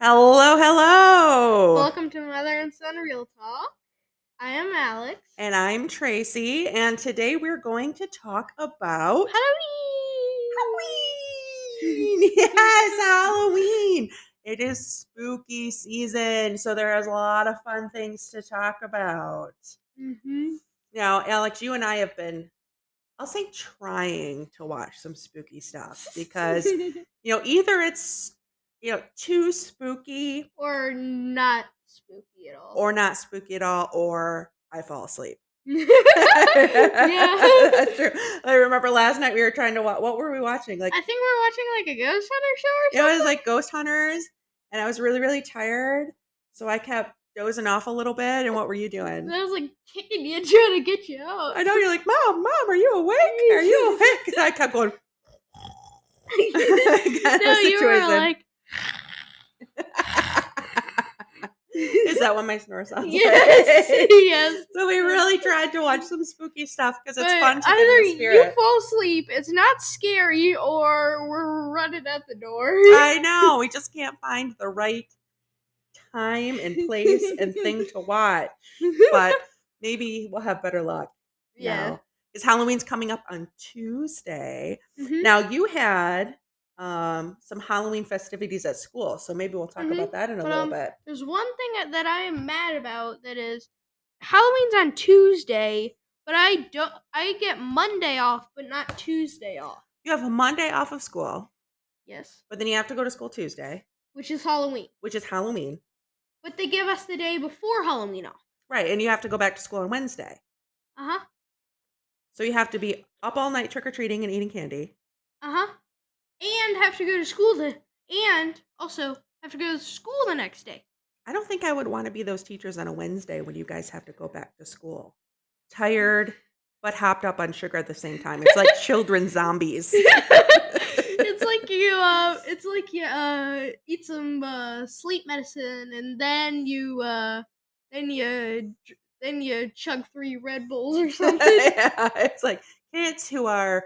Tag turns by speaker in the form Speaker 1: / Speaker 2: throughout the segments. Speaker 1: Hello, hello.
Speaker 2: Welcome to Mother and Son Real Talk. I am Alex.
Speaker 1: And I'm Tracy, and today we're going to talk about Halloween. yes, Halloween. It is spooky season, so there is a lot of fun things to talk about.
Speaker 2: hmm
Speaker 1: Now, Alex, you and I have been, I'll say, trying to watch some spooky stuff because,
Speaker 2: Mm-hmm.
Speaker 1: you know, either it's, you know, too spooky
Speaker 2: or not spooky at all.
Speaker 1: or not spooky at all, or I fall asleep.
Speaker 2: yeah.
Speaker 1: That's true. I remember last night we were trying to watch. What were we watching? Like
Speaker 2: I think we're watching like a ghost hunter show
Speaker 1: it
Speaker 2: or
Speaker 1: was
Speaker 2: something.
Speaker 1: like Ghost Hunters, and I was really really tired, so I kept dozing off a little bit. And what were you doing?
Speaker 2: I was like kicking you, trying to get you out.
Speaker 1: I know you're like, mom, mom, are you awake? Are you awake? And I kept going. kind
Speaker 2: no,
Speaker 1: of
Speaker 2: you were
Speaker 1: situation.
Speaker 2: like,
Speaker 1: Is that what my snore sounds
Speaker 2: yes,
Speaker 1: like?
Speaker 2: yes.
Speaker 1: So we really tried to watch some spooky stuff because it's
Speaker 2: but
Speaker 1: fun to
Speaker 2: either
Speaker 1: be in the
Speaker 2: you
Speaker 1: spirit.
Speaker 2: fall asleep, it's not scary, or we're running out the door.
Speaker 1: I know we just can't find the right time and place and thing to watch, but maybe we'll have better luck.
Speaker 2: yeah.
Speaker 1: Because Halloween's coming up on Tuesday.
Speaker 2: Mhm.
Speaker 1: Now you had um some Halloween festivities at school, so maybe we'll talk
Speaker 2: Mhm.
Speaker 1: about that in a
Speaker 2: But,
Speaker 1: little
Speaker 2: um,
Speaker 1: bit.
Speaker 2: There's one thing that I am mad about that is Halloween's on Tuesday, but I don't I get Monday off but not Tuesday off.
Speaker 1: You have a Monday off of school,
Speaker 2: Yes.
Speaker 1: but then you have to go to school Tuesday,
Speaker 2: Which is Halloween.
Speaker 1: which is Halloween.
Speaker 2: But they give us the day before Halloween off.
Speaker 1: Right, and you have to go back to school on Wednesday.
Speaker 2: Uh-huh.
Speaker 1: So you have to be up all night trick or treating and eating candy.
Speaker 2: Uh-huh. And have to go to school the and also have to go to school the next day.
Speaker 1: I don't think I would want to be those teachers on a Wednesday when you guys have to go back to school. Tired, but hopped up on sugar at the same time. It's like children zombies.
Speaker 2: it's like you uh it's like you uh eat some uh sleep medicine and then you uh then you dr- then you chug three red bulls or something
Speaker 1: yeah, it's like kids who are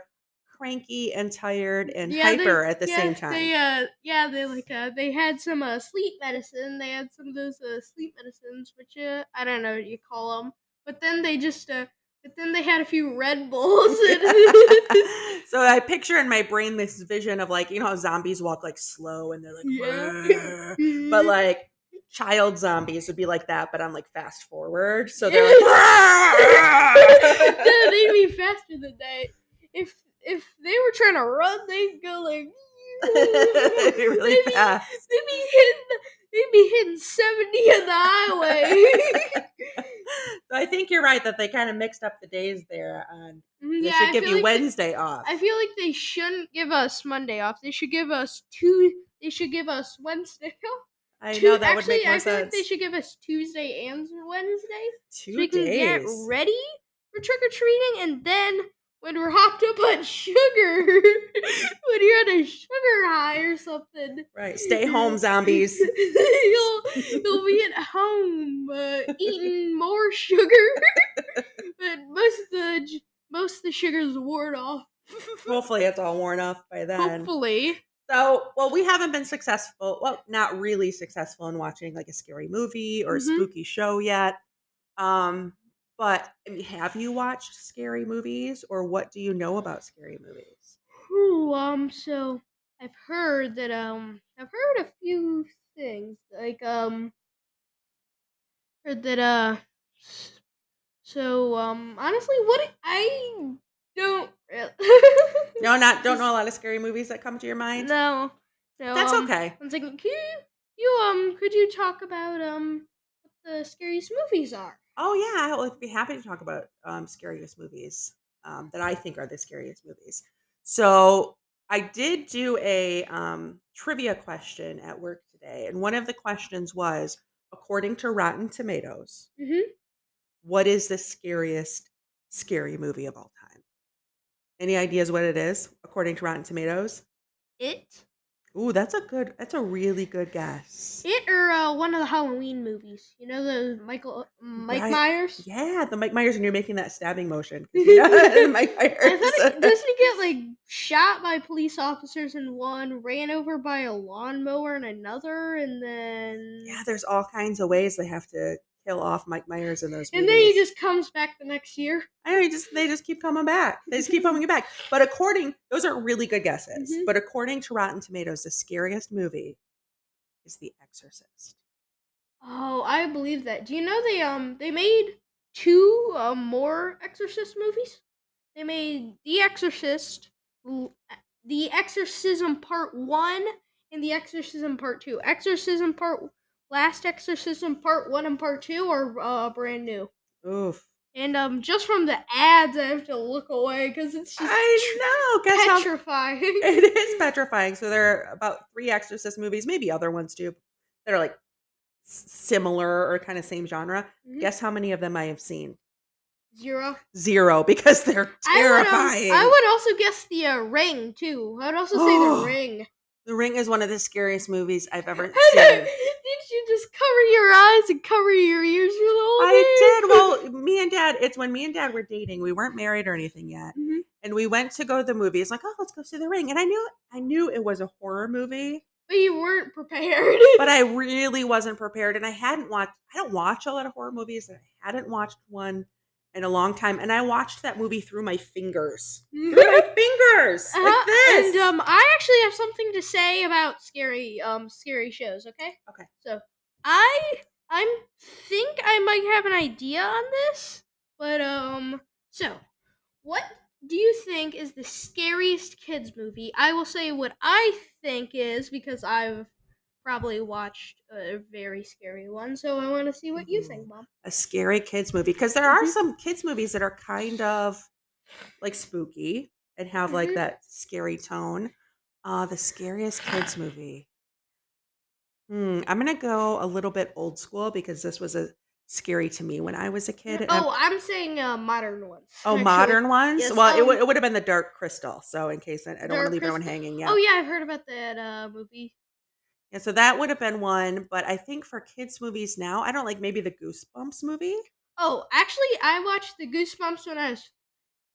Speaker 1: cranky and tired and
Speaker 2: Yeah, they-
Speaker 1: hyper at the
Speaker 2: yeah,
Speaker 1: same time.
Speaker 2: they uh yeah they like uh they had some uh sleep medicine they had some of those uh sleep medicines which uh i don't know what you call them but then they just uh but then they had a few red bulls and
Speaker 1: so I picture in my brain this vision of like, you know how zombies walk like slow and they're like,
Speaker 2: Yeah.
Speaker 1: "Rrrr," but
Speaker 2: Mm-hmm.
Speaker 1: like child zombies would be like that, but on like fast forward. So they're like,
Speaker 2: no, they'd be faster than that. If if they were trying to run, they'd go like.
Speaker 1: They'd be really
Speaker 2: they'd, be,
Speaker 1: fast.
Speaker 2: they'd be hitting. the- They'd be hitting seventy on the highway.
Speaker 1: So I think you're right that they kind of mixed up the days there. On
Speaker 2: Mhm,
Speaker 1: they
Speaker 2: yeah,
Speaker 1: should
Speaker 2: I
Speaker 1: give
Speaker 2: feel
Speaker 1: you
Speaker 2: like they-
Speaker 1: Wednesday off.
Speaker 2: I feel like they shouldn't give us Monday off. They should give us two. They should give us Wednesday off.
Speaker 1: I
Speaker 2: Two-
Speaker 1: know that
Speaker 2: actually,
Speaker 1: would make more
Speaker 2: I feel
Speaker 1: sense.
Speaker 2: like they should give us Tuesday and Wednesday.
Speaker 1: Two
Speaker 2: so we can get
Speaker 1: days.
Speaker 2: ready for trick or treating, and then when we're hopped up on sugar, when you're on a sugar high or something,
Speaker 1: right. Stay home, zombies.
Speaker 2: you'll you'll be at home uh, eating more sugar, but most of the j- most of the sugar's worn off.
Speaker 1: Hopefully, it's all worn off by then.
Speaker 2: Hopefully,
Speaker 1: So, well, we haven't been successful. Well, not really successful in watching like a scary movie or a
Speaker 2: Mhm.
Speaker 1: spooky show yet. Um, but I mean, have you watched scary movies, or what do you know about scary movies?
Speaker 2: Ooh, um, so I've heard that um I've heard a few things. Like um heard that uh s- so um honestly what I- I don't really
Speaker 1: No, not don't know a lot of scary movies that come to your mind.
Speaker 2: No. No.
Speaker 1: That's
Speaker 2: um,
Speaker 1: okay.
Speaker 2: One second. Can you, you um could you talk about um what the scariest movies are?
Speaker 1: Oh yeah, I would be happy to talk about um, scariest movies um, that I think are the scariest movies. So I did do a um, trivia question at work today, and one of the questions was, according to Rotten Tomatoes,
Speaker 2: Mhm.
Speaker 1: what is the scariest scary movie of all time? Any ideas what it is according to Rotten Tomatoes?
Speaker 2: It
Speaker 1: Ooh, that's a good. That's a really good guess.
Speaker 2: It or uh, one of the Halloween movies. You know the Michael uh, Mike
Speaker 1: Right.
Speaker 2: Myers.
Speaker 1: Yeah, the Mike Myers, and you're making that stabbing motion. 'cause you know, Mike
Speaker 2: I thought
Speaker 1: Myers.
Speaker 2: it, doesn't he get like shot by police officers in one, ran over by a lawnmower in another, and then
Speaker 1: yeah, there's all kinds of ways they have to kill off Mike Myers in those.
Speaker 2: and then he
Speaker 1: movies.
Speaker 2: just comes back the next year.
Speaker 1: I know, you just they just keep coming back. They just keep coming back. But according, those are really good guesses.
Speaker 2: Mhm.
Speaker 1: But according to Rotten Tomatoes, the scariest movie is The Exorcist.
Speaker 2: Oh, I believe that. Do you know they um they made two uh, more Exorcist movies? They made The Exorcist, l- The Exorcism Part One, and The Exorcism Part Two. Exorcism Part Last Exorcism Part One and Part Two are uh, brand new.
Speaker 1: Oof.
Speaker 2: And um, just from the ads, I have to look away because it's just
Speaker 1: I know. Guess how
Speaker 2: petrifying. Mhm.
Speaker 1: it is petrifying. So there are about three Exorcist movies, maybe other ones too, that are like s- similar or kind of same genre.
Speaker 2: Mhm.
Speaker 1: Guess how many of them I have seen?
Speaker 2: Zero.
Speaker 1: Zero, because they're terrifying. Oh,
Speaker 2: I would, al- I would also guess the uh, ring too. I would also say the ring.
Speaker 1: the Ring is one of the scariest movies I've ever
Speaker 2: I know.
Speaker 1: seen.
Speaker 2: Did you just cover your eyes and cover your ears for the whole
Speaker 1: I did. Well, me and dad, it's when me and dad were dating, we weren't married or anything yet.
Speaker 2: Mhm.
Speaker 1: And we went to go to the movie. It's like, oh, let's go see the ring. And I knew I knew it was a horror movie,
Speaker 2: but you weren't prepared.
Speaker 1: but I really wasn't prepared. And I hadn't watched I don't watch a lot of horror movies, and I hadn't watched one in a long time. And I watched that movie through my fingers. Through my fingers.
Speaker 2: Uh-huh,
Speaker 1: Like this.
Speaker 2: And um, I actually have something to say about scary um scary shows. Okay.
Speaker 1: Okay.
Speaker 2: So I I'm think I might have an idea on this, but um, so what do you think is the scariest kids movie? I will say what I think is because I've probably watched a very scary one, so I want to see what you
Speaker 1: Mm-hmm.
Speaker 2: think, Mom.
Speaker 1: a scary kids movie because there are
Speaker 2: Mhm.
Speaker 1: some kids movies that are kind of like spooky and have like
Speaker 2: Mhm.
Speaker 1: that scary tone. Uh the scariest kids movie. Hmm, I'm gonna go a little bit old school because this was a scary to me when I was a kid. and I-
Speaker 2: Oh, I'm saying uh, modern ones.
Speaker 1: oh,
Speaker 2: actually.
Speaker 1: modern ones.
Speaker 2: Yes,
Speaker 1: well, it,
Speaker 2: um,
Speaker 1: would it would have been the Dark Crystal. So in case I, I don't want
Speaker 2: Dark
Speaker 1: to leave everyone
Speaker 2: Crystal?
Speaker 1: hanging.
Speaker 2: Oh yeah, I've heard about that uh, movie.
Speaker 1: And so that would have been one. But I think for kids movies now, I don't like maybe the Goosebumps movie.
Speaker 2: Oh, actually, I watched the Goosebumps when I was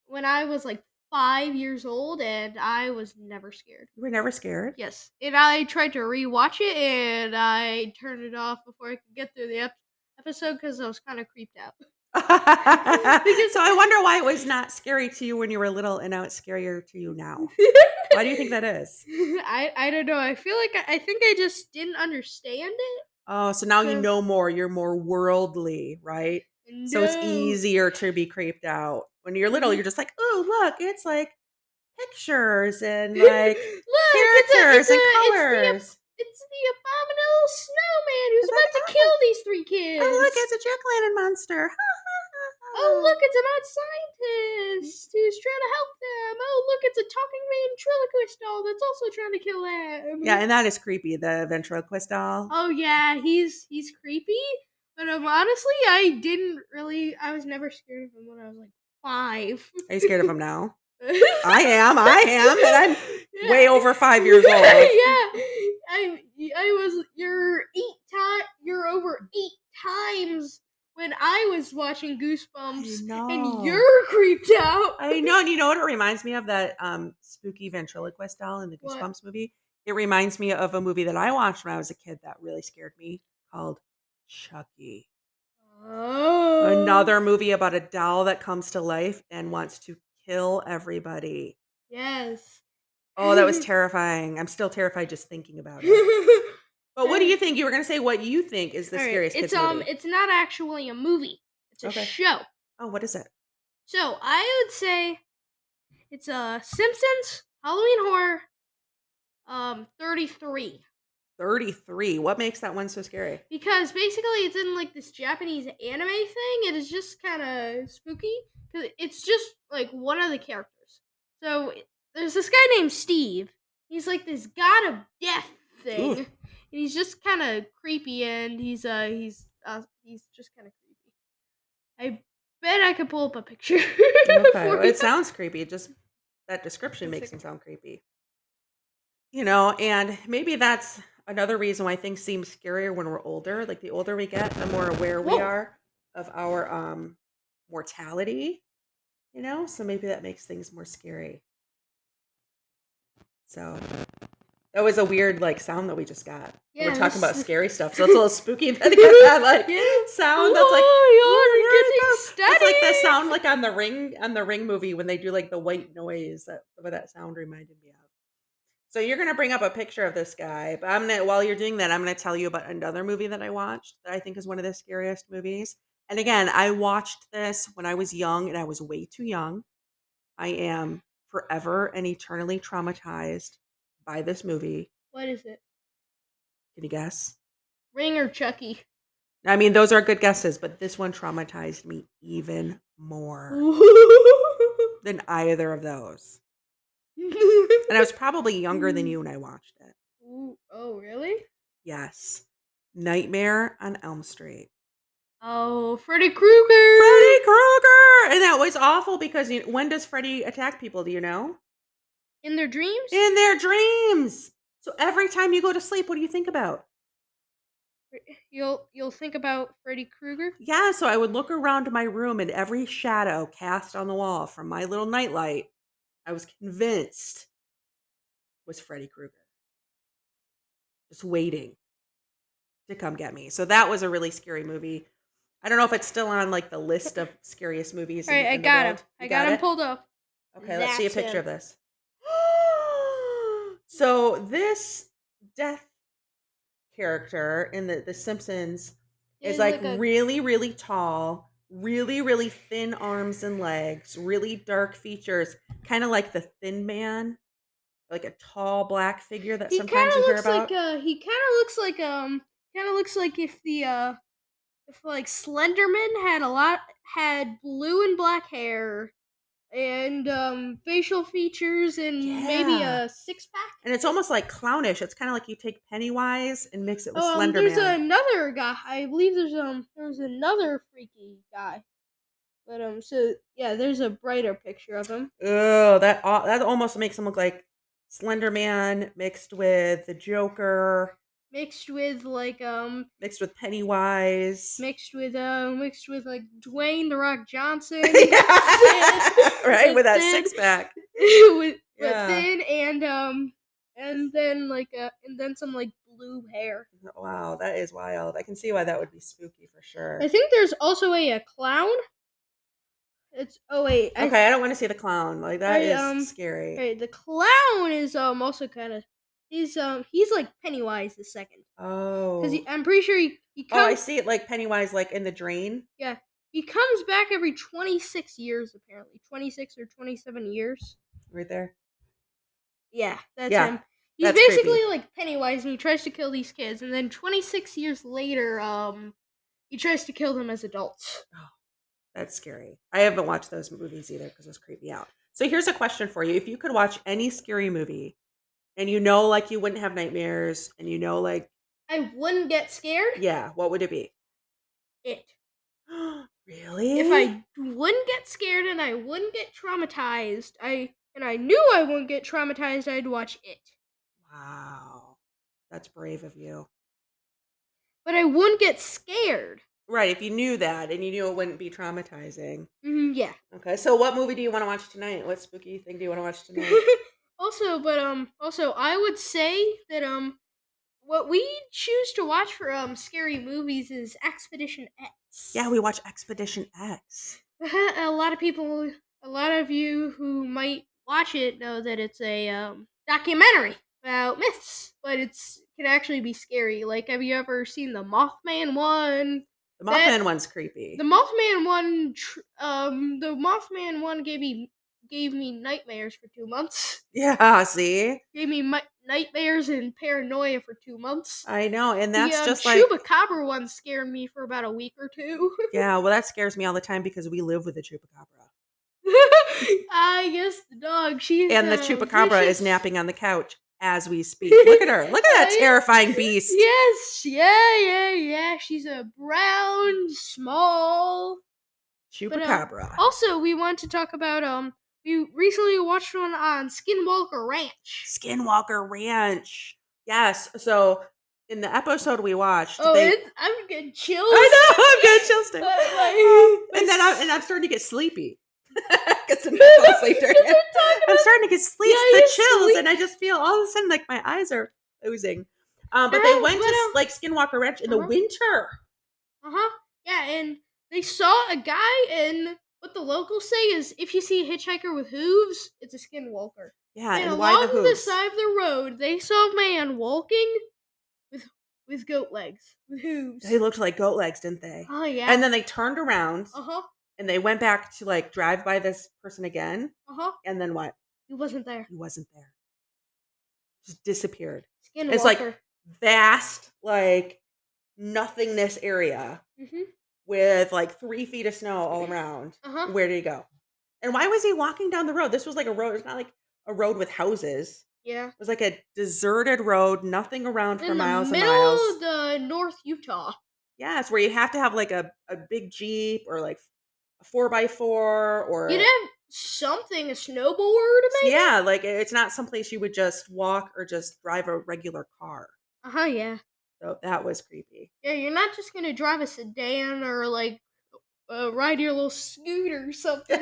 Speaker 2: when I was like five years old, and I was never scared.
Speaker 1: You were never scared.
Speaker 2: Yes, and I tried to rewatch it, and I turned it off before I could get through the ep- episode because I was kind of creeped out.
Speaker 1: so I wonder why it was not scary to you when you were little, and now it's scarier to you now. Why do you think that is?
Speaker 2: I I don't know. I feel like I, I think I just didn't understand it.
Speaker 1: Oh, so now you
Speaker 2: Yeah.
Speaker 1: know more. You're more worldly, right? So it's
Speaker 2: No.
Speaker 1: easier to be creeped out. When you're little,
Speaker 2: Mhm.
Speaker 1: you're just like, oh, look, it's like pictures and like
Speaker 2: Look, it's a-
Speaker 1: caricatures
Speaker 2: it's
Speaker 1: and
Speaker 2: a- it's the ab-
Speaker 1: colors.
Speaker 2: It's the abominable snowman
Speaker 1: Is
Speaker 2: who's
Speaker 1: that
Speaker 2: about to kill these three kids.
Speaker 1: Oh, look, it's a jack o' lantern monster.
Speaker 2: Oh, look, it's a mad
Speaker 1: Mm-hmm.
Speaker 2: scientist who's trying to help them. Oh, look, it's a talking ventriloquist doll that's also trying to kill them.
Speaker 1: Yeah, and that is creepy. The ventriloquist doll.
Speaker 2: oh yeah, he's he's creepy. But um, honestly, I didn't really. I was never scared of him when I was like five.
Speaker 1: Are you scared of him now? I am. I am. And I'm way
Speaker 2: Yeah.
Speaker 1: over five years old.
Speaker 2: yeah, I I was you're eight time you're over eight times when I was watching Goosebumps,
Speaker 1: know.
Speaker 2: and you're creeped out.
Speaker 1: I know, and you know what it reminds me of that um spooky ventriloquist doll in the
Speaker 2: What?
Speaker 1: Goosebumps movie. It reminds me of a movie that I watched when I was a kid that really scared me called Chucky.
Speaker 2: Oh.
Speaker 1: Another movie about a doll that comes to life and wants to kill everybody.
Speaker 2: Yes.
Speaker 1: Oh, that was terrifying. I'm still terrified just thinking about it.
Speaker 2: the
Speaker 1: But what do you think? You were gonna say what you think is the scariest kids
Speaker 2: It's um,
Speaker 1: movie.
Speaker 2: it's not actually a movie. It's a
Speaker 1: Okay.
Speaker 2: show.
Speaker 1: Oh, what is it?
Speaker 2: So I would say it's uh, Simpsons Halloween Horror. Um, thirty three.
Speaker 1: 33. What makes that one so scary?
Speaker 2: Because basically, it's in like this Japanese anime thing. It is just kind of spooky. Cause it's just like one of the characters. So it- there's this guy named Steve. He's like this god of death thing,
Speaker 1: Ooh.
Speaker 2: and he's just kind of creepy. And he's uh he's uh he's just kind of creepy. I bet I could pull up a picture.
Speaker 1: Okay.
Speaker 2: for
Speaker 1: It
Speaker 2: you.
Speaker 1: sounds creepy. Just that description
Speaker 2: It's
Speaker 1: makes
Speaker 2: like-
Speaker 1: him sound creepy. you know, and maybe that's another reason why things seem scarier when we're older. Like the older we get, the more aware we
Speaker 2: Whoa.
Speaker 1: are of our um mortality, you know? So maybe that makes things more scary. So that was a weird like sound that we just got. We're
Speaker 2: Yeah,
Speaker 1: talking about
Speaker 2: this.
Speaker 1: scary stuff, so it's a little spooky that it got that like
Speaker 2: yeah.
Speaker 1: sound that's like oh
Speaker 2: Whoa, you're
Speaker 1: "Ooh,
Speaker 2: getting
Speaker 1: yeah, no." It's like the
Speaker 2: steady.
Speaker 1: sound like on the ring on the ring movie when they do like the white noise. That's what that sound reminded me of. So you're gonna bring up a picture of this guy, but I'm gonna while you're doing that, I'm gonna tell you about another movie that I watched that I think is one of the scariest movies. And again, I watched this when I was young and I was way too young. I am forever and eternally traumatized by this movie.
Speaker 2: What is it?
Speaker 1: Can you guess?
Speaker 2: Ring or Chucky?
Speaker 1: I mean, those are good guesses, but this one traumatized me even more than either of those. And I was probably younger than you when I watched it.
Speaker 2: Ooh, oh, really?
Speaker 1: Yes. Nightmare on Elm Street.
Speaker 2: Oh, Freddy Krueger.
Speaker 1: Freddy Krueger! And that was awful because you, when does Freddy attack people? Do you know?
Speaker 2: In their dreams?
Speaker 1: In their dreams! So every time you go to sleep, what do you think about?
Speaker 2: You'll you'll think about Freddy Krueger.
Speaker 1: Yeah, so I would look around my room and every shadow cast on the wall from my little nightlight, I was convinced was Freddy Krueger, just waiting to come get me. So that was a really scary movie. I don't know if it's still on like the list of scariest movies
Speaker 2: All
Speaker 1: in,
Speaker 2: right, I
Speaker 1: in the
Speaker 2: got him.
Speaker 1: world.
Speaker 2: I
Speaker 1: You
Speaker 2: got
Speaker 1: got
Speaker 2: him
Speaker 1: it?
Speaker 2: pulled up.
Speaker 1: Okay, let's see a
Speaker 2: That's
Speaker 1: picture of
Speaker 2: him.
Speaker 1: this. so this death character in the the Simpsons is
Speaker 2: He's
Speaker 1: like
Speaker 2: like a
Speaker 1: really really tall, really really thin arms and legs, really dark features, kind of like the Thin Man, like a tall black figure that
Speaker 2: he kind
Speaker 1: sometimes
Speaker 2: of
Speaker 1: you hear
Speaker 2: looks
Speaker 1: about.
Speaker 2: like uh he kind of looks like um kind of looks like if the uh if like Slenderman had a lot had blue and black hair and um facial features and maybe
Speaker 1: Yeah.
Speaker 2: a six pack.
Speaker 1: and it's almost like clownish. It's kind of like you take Pennywise and mix it with
Speaker 2: Oh, um,
Speaker 1: Slender
Speaker 2: there's
Speaker 1: Man.
Speaker 2: another guy. I believe there's um there's another freaky guy. But um, so yeah, there's a brighter picture of him.
Speaker 1: Oh, that al- that almost makes him look like Slender Man mixed with the Joker,
Speaker 2: mixed with like um
Speaker 1: mixed with Pennywise.
Speaker 2: mixed with uh mixed with like Dwayne the Rock Johnson
Speaker 1: right, with that
Speaker 2: then-
Speaker 1: six pack.
Speaker 2: with but
Speaker 1: Yeah.
Speaker 2: thin and um and then like uh and then some like blue hair.
Speaker 1: Wow, that is wild. I can see why that would be spooky for sure.
Speaker 2: I think there's also a, a clown. It's oh wait, I
Speaker 1: Okay, I don't want to see the clown. Like that
Speaker 2: I,
Speaker 1: is
Speaker 2: um,
Speaker 1: scary.
Speaker 2: wait, the clown is um also kind of he's um he's like Pennywise the second
Speaker 1: Oh.
Speaker 2: because I'm pretty sure he he
Speaker 1: oh, I
Speaker 2: comes
Speaker 1: see it like Pennywise like in the drain.
Speaker 2: he comes back every 26 years apparently 26 or 27 years.
Speaker 1: Right there.
Speaker 2: Yeah, that's
Speaker 1: Yeah,
Speaker 2: him. He's
Speaker 1: that's creepy.
Speaker 2: basically like Pennywise, and he tries to kill these kids, and then 26 years later, um, he tries to kill them as adults.
Speaker 1: That's scary. I haven't watched those movies either because those creep me out. So here's a question for you. If you could watch any scary movie and you know like you wouldn't have nightmares and you know like
Speaker 2: I wouldn't get scared.
Speaker 1: yeah, what would it be?
Speaker 2: It.
Speaker 1: really?
Speaker 2: If I wouldn't get scared and I wouldn't get traumatized, I and I knew I wouldn't get traumatized, I'd watch it.
Speaker 1: Wow. That's brave of you.
Speaker 2: But I wouldn't get scared.
Speaker 1: Right, if you knew that and you knew it wouldn't be traumatizing.
Speaker 2: Mhm, yeah.
Speaker 1: Okay, so what movie do you want to watch tonight? What spooky thing do you want to watch tonight?
Speaker 2: also, but um, also I would say that um, what we choose to watch for um scary movies is Expedition X.
Speaker 1: yeah, we watch Expedition X.
Speaker 2: a lot of people, a lot of you who might watch it know that it's a um, documentary about myths, but it's can actually be scary. Like, have you ever seen the Mothman one?
Speaker 1: The
Speaker 2: That-
Speaker 1: Mothman one's creepy.
Speaker 2: The Mothman one, tr- um, the Mothman one gave me gave me nightmares for two months.
Speaker 1: yeah, see?
Speaker 2: Gave me mi- nightmares and paranoia for two months.
Speaker 1: I know, Uh, and that's
Speaker 2: the um,
Speaker 1: just like
Speaker 2: chupacabra one scared me for about a week or two.
Speaker 1: Yeah, well, that scares me all the time because we live with the chupacabra,
Speaker 2: I guess the dog. She's
Speaker 1: and the
Speaker 2: uh,
Speaker 1: chupacabra is
Speaker 2: vicious.
Speaker 1: napping on the couch as we speak. Look at her! Look at that
Speaker 2: Yeah.
Speaker 1: terrifying beast.
Speaker 2: Yes, yeah, yeah, yeah. She's a brown, small. um,
Speaker 1: Chupacabra.
Speaker 2: oh Also, we want to talk about um we recently watched one on Skinwalker Ranch.
Speaker 1: Skinwalker Ranch. Yes. So in the episode we watched,
Speaker 2: Oh,
Speaker 1: they-
Speaker 2: it's, I'm getting chills.
Speaker 1: I know I'm good chills. too.
Speaker 2: But, like,
Speaker 1: Um, and then
Speaker 2: it's-
Speaker 1: I'm and I'm starting to get sleepy. Because I'm fall asleep during it.
Speaker 2: Because we're talking
Speaker 1: I'm
Speaker 2: about-
Speaker 1: starting to get sleep,
Speaker 2: Yeah,
Speaker 1: the
Speaker 2: you're
Speaker 1: chills,
Speaker 2: sleep-
Speaker 1: and I just feel all of a sudden like my eyes are oozing. Um, but they
Speaker 2: Yeah,
Speaker 1: went
Speaker 2: but,
Speaker 1: to
Speaker 2: um,
Speaker 1: like Skinwalker Ranch in the
Speaker 2: uh-huh.
Speaker 1: winter.
Speaker 2: Uh-huh. Yeah, and they saw a guy and what the locals say is if you see a hitchhiker with hooves, it's a skinwalker.
Speaker 1: Yeah,
Speaker 2: and
Speaker 1: and why
Speaker 2: along
Speaker 1: the
Speaker 2: the,
Speaker 1: hooves?
Speaker 2: side of the road, they saw a man walking with with goat legs, with hooves.
Speaker 1: They looked like goat legs, didn't they?
Speaker 2: oh yeah.
Speaker 1: And then they turned around
Speaker 2: uh-huh.
Speaker 1: and they went back to like drive by this person again.
Speaker 2: Uh-huh.
Speaker 1: And then what?
Speaker 2: He wasn't there.
Speaker 1: He wasn't there. Just disappeared.
Speaker 2: Skinwalker.
Speaker 1: like- Vast, like nothingness area
Speaker 2: hmm
Speaker 1: with like three feet of snow all around.
Speaker 2: Uh-huh.
Speaker 1: Where did he go? And why was he walking down the road? This was like a road. It's not like a road with houses.
Speaker 2: Yeah.
Speaker 1: It was like a deserted road, nothing around for
Speaker 2: In
Speaker 1: miles
Speaker 2: the
Speaker 1: and
Speaker 2: middle
Speaker 1: miles.
Speaker 2: of the North Utah.
Speaker 1: Yes, where you have to have like a, a big jeep or like a four by four or
Speaker 2: You'd have something, a snowboard maybe?
Speaker 1: yeah, like it- it's not someplace you would just walk or just drive a regular car.
Speaker 2: Uh-huh, yeah.
Speaker 1: So that was creepy.
Speaker 2: Yeah, you're not just gonna drive a sedan or like uh, ride your little scooter or something.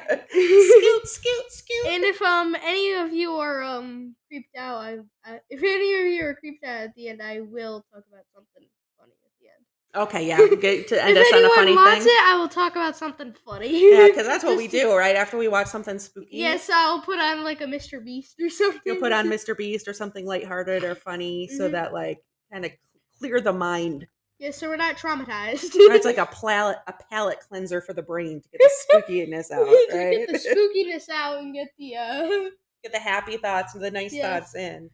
Speaker 1: scoot, scoot, scoot.
Speaker 2: and if um any of you are um creeped out, I, I if any of you are creeped out at the end, I will talk about something funny at the end.
Speaker 1: okay, yeah, good to end
Speaker 2: if
Speaker 1: us on a
Speaker 2: anyone
Speaker 1: funny
Speaker 2: wants
Speaker 1: thing.
Speaker 2: it, I will talk about something funny.
Speaker 1: Yeah, because that's what we
Speaker 2: Just-
Speaker 1: do, right? After we watch something spooky,
Speaker 2: Yes, I'll put on like a Mr. Beast or something.
Speaker 1: you'll put on Mr. Beast or something lighthearted or funny, so
Speaker 2: Mhm.
Speaker 1: that like kind of clear the mind.
Speaker 2: Yeah, so we're not traumatized.
Speaker 1: It's like a palate a palate cleanser for the brain to get the spookiness out,
Speaker 2: To
Speaker 1: right?
Speaker 2: get the spookiness out and get the uh.
Speaker 1: Get the happy thoughts and the nice
Speaker 2: Yeah.
Speaker 1: thoughts in.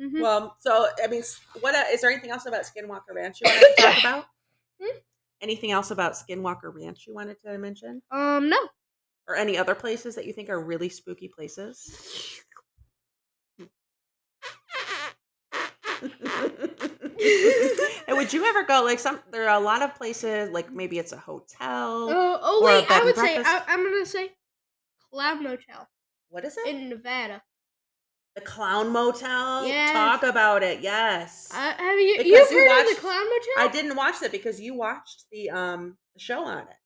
Speaker 2: mhm.
Speaker 1: Well, so I mean, s- what uh, is there anything else about Skinwalker Ranch you wanted to talk about?
Speaker 2: Hmm?
Speaker 1: Anything else about Skinwalker Ranch you wanted to mention,
Speaker 2: Um, no.
Speaker 1: or any other places that you think are really spooky places? and would you ever go like some? There are a lot of places, like maybe it's a hotel.
Speaker 2: Uh, oh
Speaker 1: Or a
Speaker 2: wait,
Speaker 1: bed
Speaker 2: I
Speaker 1: and
Speaker 2: would say I,
Speaker 1: breakfast?
Speaker 2: I'm gonna say Cloud Motel
Speaker 1: what is it?
Speaker 2: in Nevada.
Speaker 1: the Clown Motel.
Speaker 2: Yes.
Speaker 1: Talk about it. Yes. I,
Speaker 2: Uh, have you
Speaker 1: Because
Speaker 2: you've
Speaker 1: you
Speaker 2: heard of
Speaker 1: watched-
Speaker 2: the Clown Motel?
Speaker 1: didn't watch that because you watched the um the show on it.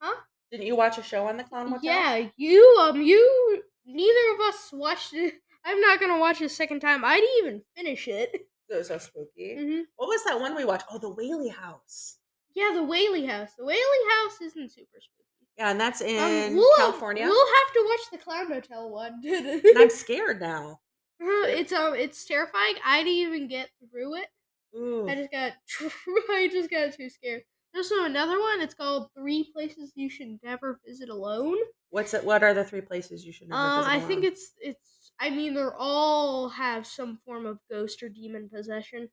Speaker 2: Huh?
Speaker 1: Didn't you watch a show on the Clown Motel?
Speaker 2: Yeah, you um you neither of us watched it. I'm not gonna watch it a second time. I didn't even finish it.
Speaker 1: It was so spooky.
Speaker 2: hmm
Speaker 1: What was that one we watched? Oh, the Whaley House.
Speaker 2: Yeah, the Whaley House. The Whaley House isn't super spooky.
Speaker 1: Yeah, and that's in
Speaker 2: Um, we'll have-
Speaker 1: California.
Speaker 2: we'll have to watch the Clown Motel one.
Speaker 1: and I'm scared now.
Speaker 2: Uh, it's um it's terrifying. I didn't even get through it.
Speaker 1: Ooh.
Speaker 2: I just got I just got too scared. There's also another one. It's called Three Places You Should Never Visit Alone.
Speaker 1: What's it? What are the three places you should never
Speaker 2: um,
Speaker 1: visit?
Speaker 2: I think
Speaker 1: alone?
Speaker 2: it's it's. I mean, they're all have some form of ghost or demon possession.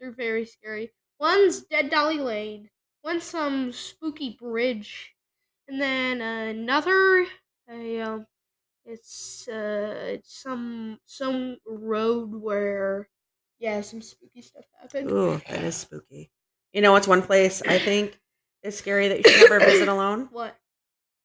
Speaker 2: They're very scary. One's Dead Dolly Lane. One's some spooky bridge, and then another. A, um, it's uh, it's some some road where, yeah, some spooky stuff happened.
Speaker 1: Ooh, that is spooky. You know what's one place I think is scary that you should never visit alone?
Speaker 2: What?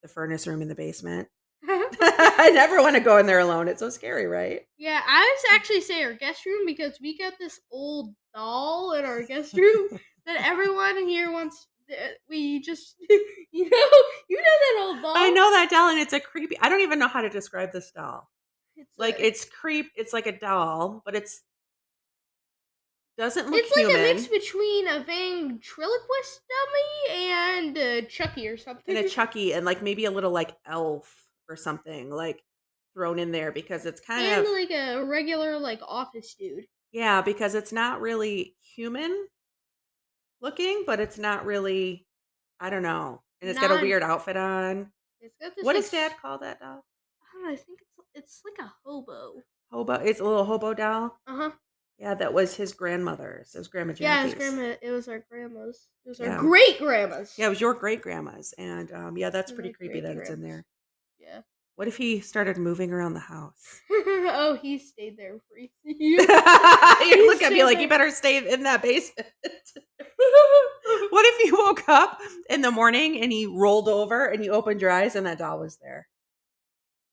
Speaker 1: The furnace room in the basement. I never want to go in there alone. It's so scary, right?
Speaker 2: Yeah, I
Speaker 1: Mm.
Speaker 2: was actually say our guest room because we got this old doll in our guest room that everyone here wants. that We just, you know, you know that old doll.
Speaker 1: I know that doll, and it's a creepy. I don't even know how to describe this doll.
Speaker 2: It's
Speaker 1: Like
Speaker 2: a-
Speaker 1: it's creep. It's like a doll, but it's doesn't look
Speaker 2: it's like
Speaker 1: human.
Speaker 2: a mix between a ventriloquist dummy and uh, Chucky or something.
Speaker 1: and a Chucky, and like maybe a little like elf or something like thrown in there because it's kind
Speaker 2: and
Speaker 1: of
Speaker 2: like a regular like office dude.
Speaker 1: yeah because it's not really human looking, but it's not really I don't know, and it's got a
Speaker 2: Non-
Speaker 1: weird outfit on.
Speaker 2: It's got this.
Speaker 1: What
Speaker 2: like,
Speaker 1: does Dad call that doll?
Speaker 2: I don't know. I think it's it's like a hobo.
Speaker 1: Hobo. It's a little hobo doll.
Speaker 2: Uh huh.
Speaker 1: Yeah, that was his grandmother's. It was Grandma Jackie's.
Speaker 2: Yeah, his grandma. It was our grandma's. It was our
Speaker 1: Yeah.
Speaker 2: great grandma's.
Speaker 1: Yeah, it was your great grandma's, and um, yeah, that's
Speaker 2: And
Speaker 1: pretty
Speaker 2: my
Speaker 1: creepy that it's in there.
Speaker 2: great-grandma's. Yeah.
Speaker 1: What if he started moving around the house?
Speaker 2: oh, he stayed there for
Speaker 1: you
Speaker 2: years.
Speaker 1: look at me
Speaker 2: stayed
Speaker 1: like you
Speaker 2: there.
Speaker 1: better stay in that basement. what if you woke up in the morning and he rolled over and you opened your eyes and that doll was there?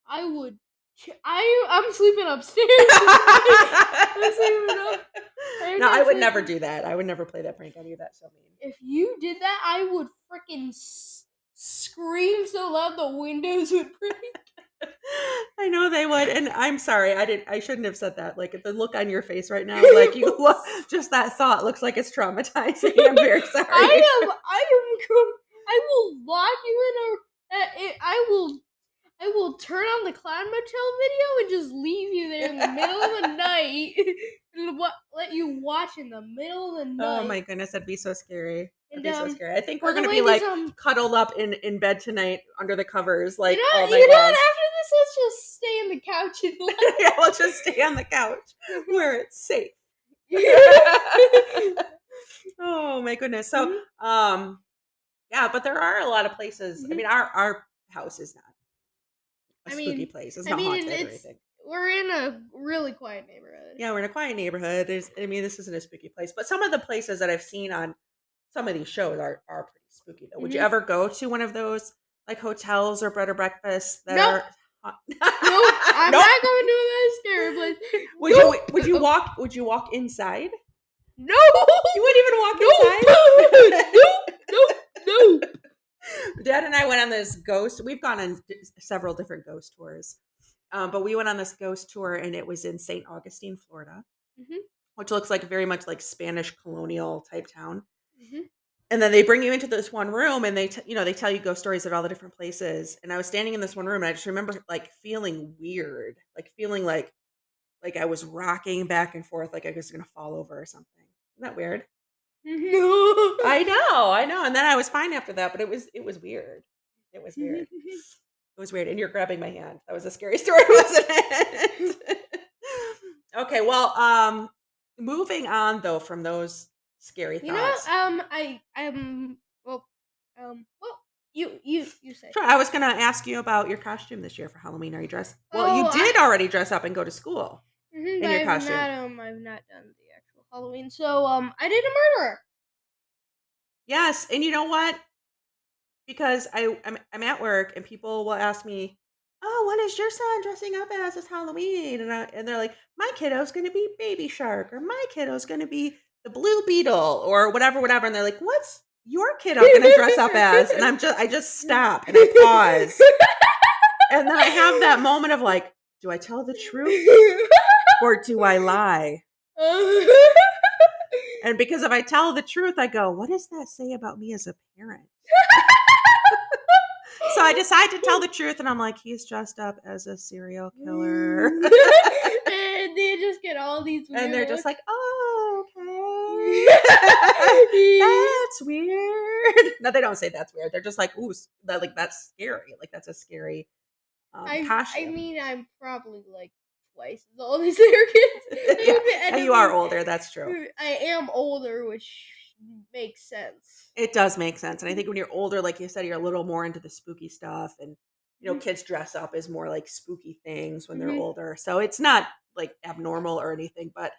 Speaker 2: I would. ch- I I'm sleeping upstairs. I'm sleeping up- I'm
Speaker 1: no, I would
Speaker 2: sleeping-
Speaker 1: never do that. I would never play that prank on you. That's so mean.
Speaker 2: If you did that, I would freaking s- scream so loud the windows would break.
Speaker 1: I know they would, and I'm sorry. I didn't. I shouldn't have said that. Like the look on your face right now, like you look. Just that thought looks like it's traumatizing. I'm very sorry.
Speaker 2: I am. I am. Going, I will lock you in a. uh, it- I will. I will turn on the Clown Motel video and just leave you there in the middle of the night and wa- let you watch in the middle of the night.
Speaker 1: oh my goodness, that'd be so scary. That'd
Speaker 2: And,
Speaker 1: be so
Speaker 2: um,
Speaker 1: scary. I think
Speaker 2: by
Speaker 1: we're
Speaker 2: the
Speaker 1: gonna
Speaker 2: way,
Speaker 1: be like
Speaker 2: these, um,
Speaker 1: cuddled up in in bed tonight under the covers, like
Speaker 2: you know,
Speaker 1: all night
Speaker 2: you know
Speaker 1: long.
Speaker 2: what? After this, let's just stay in the couch and laugh.
Speaker 1: yeah, we'll just stay on the couch where it's safe. oh my goodness. So
Speaker 2: Mhm.
Speaker 1: um yeah, but there are a lot of places. I
Speaker 2: Mhm.
Speaker 1: mean our our house is not a
Speaker 2: I
Speaker 1: spooky
Speaker 2: mean-
Speaker 1: place. It's
Speaker 2: I
Speaker 1: not
Speaker 2: mean,
Speaker 1: haunted or
Speaker 2: it's-
Speaker 1: anything.
Speaker 2: we're in a really quiet neighborhood.
Speaker 1: Yeah, we're in a quiet neighborhood. There's I mean this isn't a spooky place. But some of the places that I've seen on some of these shows are are pretty spooky though. Would you
Speaker 2: Mhm.
Speaker 1: ever go to one of those like hotels or bread or breakfast that
Speaker 2: Nope.
Speaker 1: are haunt-
Speaker 2: Nope, I'm
Speaker 1: Nope.
Speaker 2: not going to this scary place.
Speaker 1: Would
Speaker 2: nope.
Speaker 1: you would you walk would you walk inside?
Speaker 2: No.
Speaker 1: You wouldn't even walk inside.
Speaker 2: No. no. No.
Speaker 1: Dad and I went on this ghost. We've gone on d- several different ghost tours, um, but we went on this ghost tour, and it was in St. Augustine, Florida, Mm-hmm.
Speaker 2: Mhm.
Speaker 1: which looks like very much like Spanish colonial type town.
Speaker 2: Mhm.
Speaker 1: And then they bring you into this one room, and they, t- you know, they tell you ghost stories at all the different places. And I was standing in this one room, and I just remember like feeling weird, like feeling like, like I was rocking back and forth, like I was gonna fall over or something. Isn't that weird?
Speaker 2: Mm-hmm. No.
Speaker 1: I know, I know. And then I was fine after that, but it was it was weird. It
Speaker 2: Mm-hmm.
Speaker 1: was weird. it was weird. And you're grabbing my hand. That was a scary story, wasn't it? okay, well, um moving on though from those scary
Speaker 2: You know,
Speaker 1: thoughts.
Speaker 2: um, I, um, well, um, well, you, you, you say.
Speaker 1: Sure, I was gonna ask you about your costume this year for Halloween. Are you dressed? Well,
Speaker 2: Oh,
Speaker 1: you
Speaker 2: I-
Speaker 1: did already dress up and go to school.
Speaker 2: Mhm,
Speaker 1: your
Speaker 2: but I've
Speaker 1: costume.
Speaker 2: not, um, I've not done the actual Halloween. So, um, I did a murderer.
Speaker 1: Yes, and you know what? Because I I'm, I'm at work and people will ask me, "Oh, what is your son dressing up as this Halloween?" And I, and they're like, "My kiddo's going to be Baby Shark or my kiddo's going to be the Blue Beetle or whatever whatever." And they're like, "What's your kiddo going to dress up as?" And I'm just I just stop and I pause. And then I have that moment of like, do I tell the truth or do I lie? And because if I tell the truth, I go, what does that say about me as a parent? So I decide to tell the truth, and I'm like, he's dressed up as a serial killer.
Speaker 2: Mm, and they just get all these. Weird
Speaker 1: and they're just like, "Ah, oh, okay.
Speaker 2: like.
Speaker 1: that's weird. No, they don't say that's weird. They're just like, ooh, s- that, like that's scary. Like that's a scary um,
Speaker 2: I, I
Speaker 1: costume.
Speaker 2: mean, I'm probably like twice as old as their kids.
Speaker 1: Yeah,
Speaker 2: I
Speaker 1: and
Speaker 2: don't
Speaker 1: you are
Speaker 2: mean-
Speaker 1: older. That's true.
Speaker 2: I am older, which makes sense.
Speaker 1: It does make sense.
Speaker 2: Mm.
Speaker 1: And I think when you're older, like you said, you're a little more into the spooky stuff. And, you know,
Speaker 2: Mhm.
Speaker 1: kids dress up as more like spooky things when they're
Speaker 2: Mhm.
Speaker 1: older. So it's not like abnormal or anything, but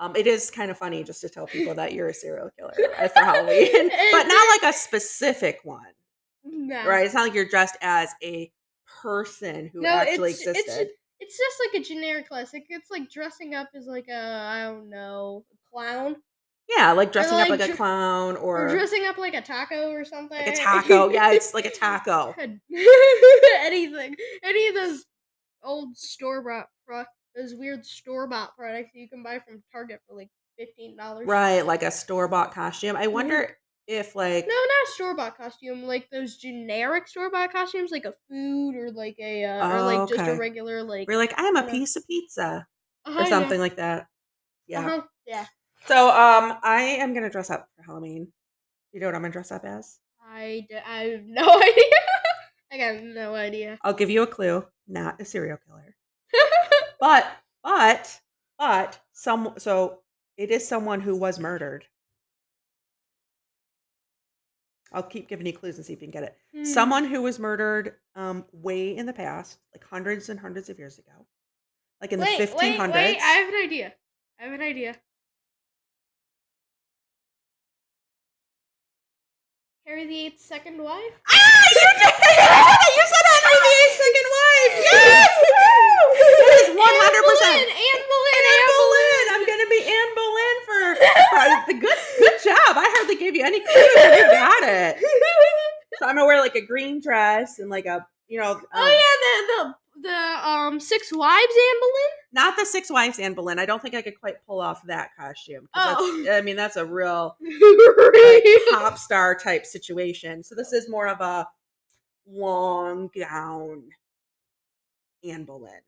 Speaker 1: um, it is kind of funny just to tell people that you're a serial killer as for Halloween, but not like a specific one,
Speaker 2: Mm, Nah.
Speaker 1: right? It's not like you're dressed as a person who
Speaker 2: No,
Speaker 1: actually
Speaker 2: it's,
Speaker 1: existed.
Speaker 2: it's it's just like a generic classic. It's like dressing up as like a I don't know clown
Speaker 1: yeah, like dressing up
Speaker 2: like,
Speaker 1: like a
Speaker 2: dr-
Speaker 1: clown
Speaker 2: or,
Speaker 1: or,
Speaker 2: dressing up like a taco or something.
Speaker 1: like a taco. yeah, it's like a taco.
Speaker 2: Anything, any of those old store bought pro- those weird store bought products that you can buy from Target for like fifteen dollars.
Speaker 1: Right, like a store bought costume.
Speaker 2: Mm-hmm.
Speaker 1: I wonder if like
Speaker 2: No, not a store bought costume. Like those generic store bought costumes, like a food or like a uh, or like just a
Speaker 1: Oh, Okay.
Speaker 2: regular like
Speaker 1: we're like, I'm a
Speaker 2: Yeah.
Speaker 1: piece of pizza
Speaker 2: Uh-huh,
Speaker 1: or
Speaker 2: yeah.
Speaker 1: something like that. Yeah.
Speaker 2: Uh-huh, yeah.
Speaker 1: So um I am gonna dress up for Halloween. You know what I'm gonna dress up as?
Speaker 2: I, d- I have no idea. I got no idea.
Speaker 1: I'll give you a clue. Not a serial killer. But but but some so it is someone who was murdered. I'll keep giving you clues and see if you can get it.
Speaker 2: Hmm.
Speaker 1: Someone who was murdered um way in the past, like hundreds and hundreds of years ago. Like in
Speaker 2: wait,
Speaker 1: the
Speaker 2: wait,
Speaker 1: 1500s.
Speaker 2: wait. I have an idea. I have an idea. Harry the Eighth's second wife?
Speaker 1: Ah, you did it! You said Henry the Eighth's second wife. Yes, it is one hundred percent.
Speaker 2: Anne
Speaker 1: Anne
Speaker 2: Boleyn.
Speaker 1: Boleyn. I'm gonna be Anne Boleyn for, for uh, the good. Good job. I hardly gave you any clues. and You got it. So I'm gonna wear like a green dress and like a you know. um,
Speaker 2: Oh yeah, the the the um six wives Anne Boleyn.
Speaker 1: Not the six wives Anne Boleyn. I don't think I could quite pull off that costume. 'cause that's- I mean, that's a real like, pop star type situation. So this is more of a long gown Anne Boleyn.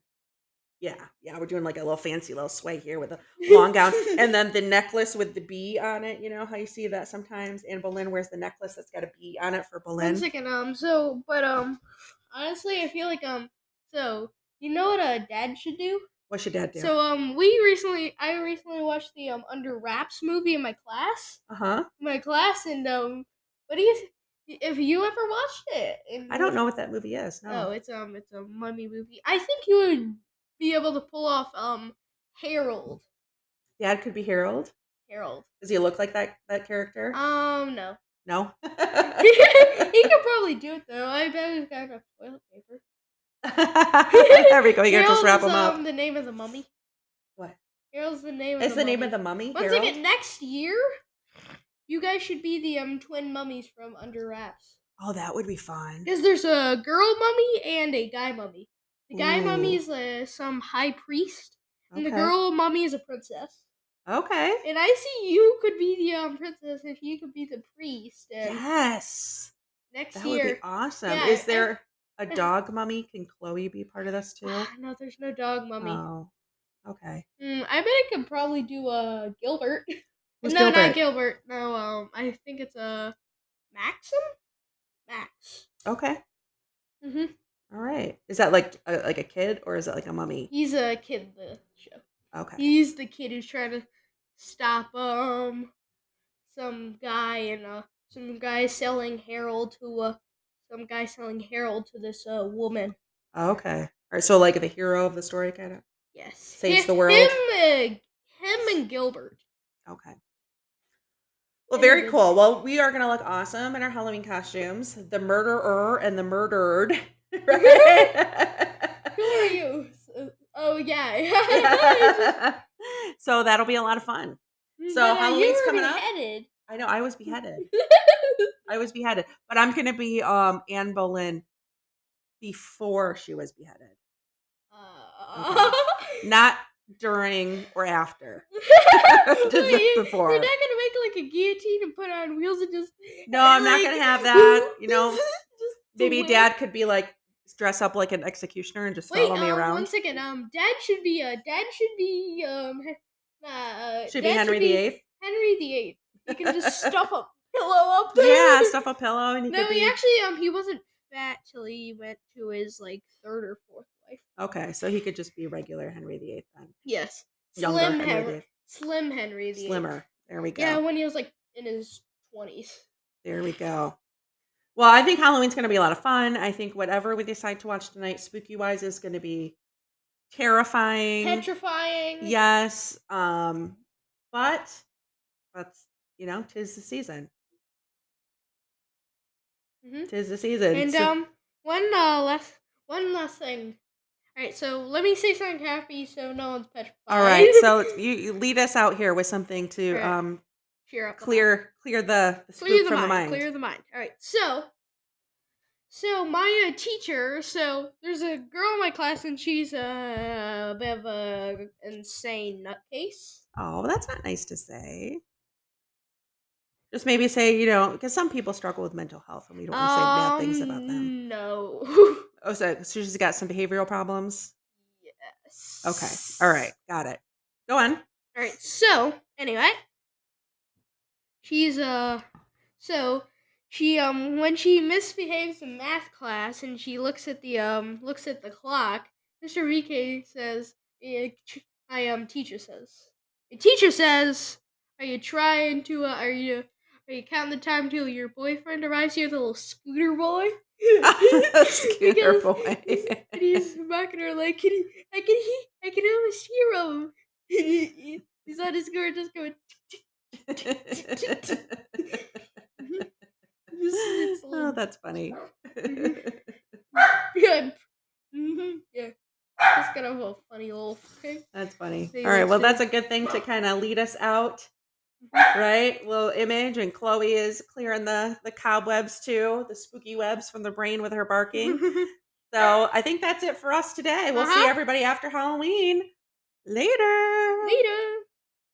Speaker 1: Yeah, yeah, we're doing like a little fancy little sway here with a long gown, and then the necklace with the bee on it. You know how you see that sometimes Anne Boleyn wears the necklace that's got a bee on it for
Speaker 2: One
Speaker 1: Boleyn.
Speaker 2: second. Um. So, but um, honestly, I feel like um. So you know what a dad should do?
Speaker 1: What's your dad do?
Speaker 2: So um, we recently, I recently watched the um Under Wraps movie in my class.
Speaker 1: uh huh.
Speaker 2: My class, and um, what do you? th- If you ever watched it, and
Speaker 1: I don't know what that movie is.
Speaker 2: Oh,
Speaker 1: No.
Speaker 2: it's um, it's a mummy movie. I think you would be able to pull off um Harold.
Speaker 1: Dad could be Harold.
Speaker 2: Harold.
Speaker 1: Does he look like that that character?
Speaker 2: Um, no.
Speaker 1: no.
Speaker 2: he could probably do it though. I bet we've got enough toilet paper.
Speaker 1: there we go. You gotta just
Speaker 2: Harold
Speaker 1: wrap
Speaker 2: is,
Speaker 1: him up.
Speaker 2: um, the name of the mummy.
Speaker 1: What?
Speaker 2: Harold's the name.
Speaker 1: Is
Speaker 2: of
Speaker 1: the
Speaker 2: the
Speaker 1: name of
Speaker 2: mummy.
Speaker 1: the mummy
Speaker 2: Once
Speaker 1: Harold?
Speaker 2: again, next year, you guys should be the um twin mummies from Under Wraps.
Speaker 1: Oh, that would be fun.
Speaker 2: Because there's a girl mummy and a guy mummy. The guy
Speaker 1: Ooh.
Speaker 2: mummy is uh, some high priest, and
Speaker 1: Okay.
Speaker 2: the girl mummy is a princess.
Speaker 1: Okay.
Speaker 2: And I see you could be the um, princess if you could be the priest. And
Speaker 1: Yes.
Speaker 2: next
Speaker 1: That
Speaker 2: year,
Speaker 1: would be awesome.
Speaker 2: Yeah,
Speaker 1: Is
Speaker 2: I-
Speaker 1: there a dog mummy? Can Chloe be part of this too?
Speaker 2: Ah, no, there's no dog mummy.
Speaker 1: Oh. Okay.
Speaker 2: Mm, I bet I could probably do a Gilbert.
Speaker 1: Who's
Speaker 2: no, not Gilbert. No, um, I think it's a Maxim. Max.
Speaker 1: Okay.
Speaker 2: hmm
Speaker 1: All right. Is that like a, like a kid or is it like a mummy?
Speaker 2: He's a kid in the show.
Speaker 1: Okay.
Speaker 2: He's the kid who's trying to stop um some guy and uh some guy selling Harold to uh some guy selling Harold to this uh woman.
Speaker 1: Okay. All right. So like the hero of the story kind of.
Speaker 2: Yes.
Speaker 1: Saves
Speaker 2: Hi-
Speaker 1: the world.
Speaker 2: Him, uh, him and Gilbert.
Speaker 1: Okay. Well, very
Speaker 2: Anyways.
Speaker 1: cool. Well, we are gonna look awesome in our Halloween costumes. The murderer and the murdered.
Speaker 2: Who
Speaker 1: Right.
Speaker 2: are you? So- oh yeah.
Speaker 1: so that'll be a lot of fun. So,
Speaker 2: But, uh, you
Speaker 1: Halloween's
Speaker 2: were
Speaker 1: coming up?
Speaker 2: beheaded.
Speaker 1: I know I was beheaded. I was beheaded, but I'm gonna be um Anne Boleyn before she was beheaded,
Speaker 2: Uh,
Speaker 1: not during or after.
Speaker 2: Wait,
Speaker 1: Just
Speaker 2: you-
Speaker 1: before.
Speaker 2: You're not gonna make like a guillotine and put on wheels and just.
Speaker 1: No, I'm not gonna have that, you know.
Speaker 2: Just the
Speaker 1: Maybe
Speaker 2: way-
Speaker 1: Dad could be like dress up like an executioner and just
Speaker 2: Wait,
Speaker 1: follow me
Speaker 2: um,
Speaker 1: around.
Speaker 2: one second. Um, Dad should be. Uh, Dad should be. Um, he- uh,
Speaker 1: Should
Speaker 2: Dad
Speaker 1: be Henry
Speaker 2: be
Speaker 1: the Eighth.
Speaker 2: Henry the Eighth. You can just stuff a pillow up there.
Speaker 1: Yeah, stuff a pillow and he
Speaker 2: No,
Speaker 1: could
Speaker 2: he
Speaker 1: be
Speaker 2: actually um he wasn't fat till he went to his like third or fourth wife.
Speaker 1: okay. So he could just be regular Henry the Eighth then.
Speaker 2: Yes.
Speaker 1: Younger
Speaker 2: Slim
Speaker 1: Henry the
Speaker 2: Henry. Slim Henry the
Speaker 1: Eighth,
Speaker 2: Eighth.
Speaker 1: slimmer. There we go.
Speaker 2: Yeah, when he was like in his twenties.
Speaker 1: There we go. Well, I think Halloween's going to be a lot of fun. I think whatever we decide to watch tonight, spooky wise, is going to be terrifying.
Speaker 2: Petrifying.
Speaker 1: yes. Um, but that's you know, tis the season.
Speaker 2: Mhm.
Speaker 1: Tis the season.
Speaker 2: And
Speaker 1: So-
Speaker 2: um one uh last one last thing. Alright, so let me say something happy so no one's petrified.
Speaker 1: all right. So it's- you, you lead us out here with something to
Speaker 2: Right.
Speaker 1: um
Speaker 2: cheer up. the mind.
Speaker 1: clear clear the, the spook
Speaker 2: clear the
Speaker 1: from
Speaker 2: mind,
Speaker 1: the mind.
Speaker 2: Clear the mind. Alright, so so my uh, teacher, so there's a girl in my class and she's uh, a bit of a insane nutcase.
Speaker 1: Oh, that's not nice to say. Just maybe say you know because some people struggle with mental health and we don't want to say bad things about them.
Speaker 2: Um, No.
Speaker 1: Oh, so so she's got some behavioral problems.
Speaker 2: yes.
Speaker 1: Okay. All right. Got it. Go on.
Speaker 2: All right. So anyway, she's uh, so she um when she misbehaves in math class and she looks at the um looks at the clock, Mr. VK says, eh, ch- "My um teacher says, the teacher says, are you trying to uh, are you are you counting the time till your boyfriend arrives here, the little scooter boy?"
Speaker 1: Scooter
Speaker 2: Because
Speaker 1: boy.
Speaker 2: he's- and he's mocking her like, can he, I can he, I can almost hear him. And he- he- he's on his guard just going. It's, it's
Speaker 1: oh,
Speaker 2: like-
Speaker 1: that's funny.
Speaker 2: Mhm. yeah. mhm, yeah. It's kind of a funny little thing.
Speaker 1: that's funny.
Speaker 2: They
Speaker 1: All right. Well,
Speaker 2: literally-
Speaker 1: that's a good thing to kind of lead us out, right? Little image, and Chloe is clearing the the cobwebs too, the spooky webs from the brain with her
Speaker 2: Mm-hmm.
Speaker 1: barking. So I think that's it for us today. We'll see
Speaker 2: Uh-huh.
Speaker 1: everybody after Halloween. Later.
Speaker 2: Later.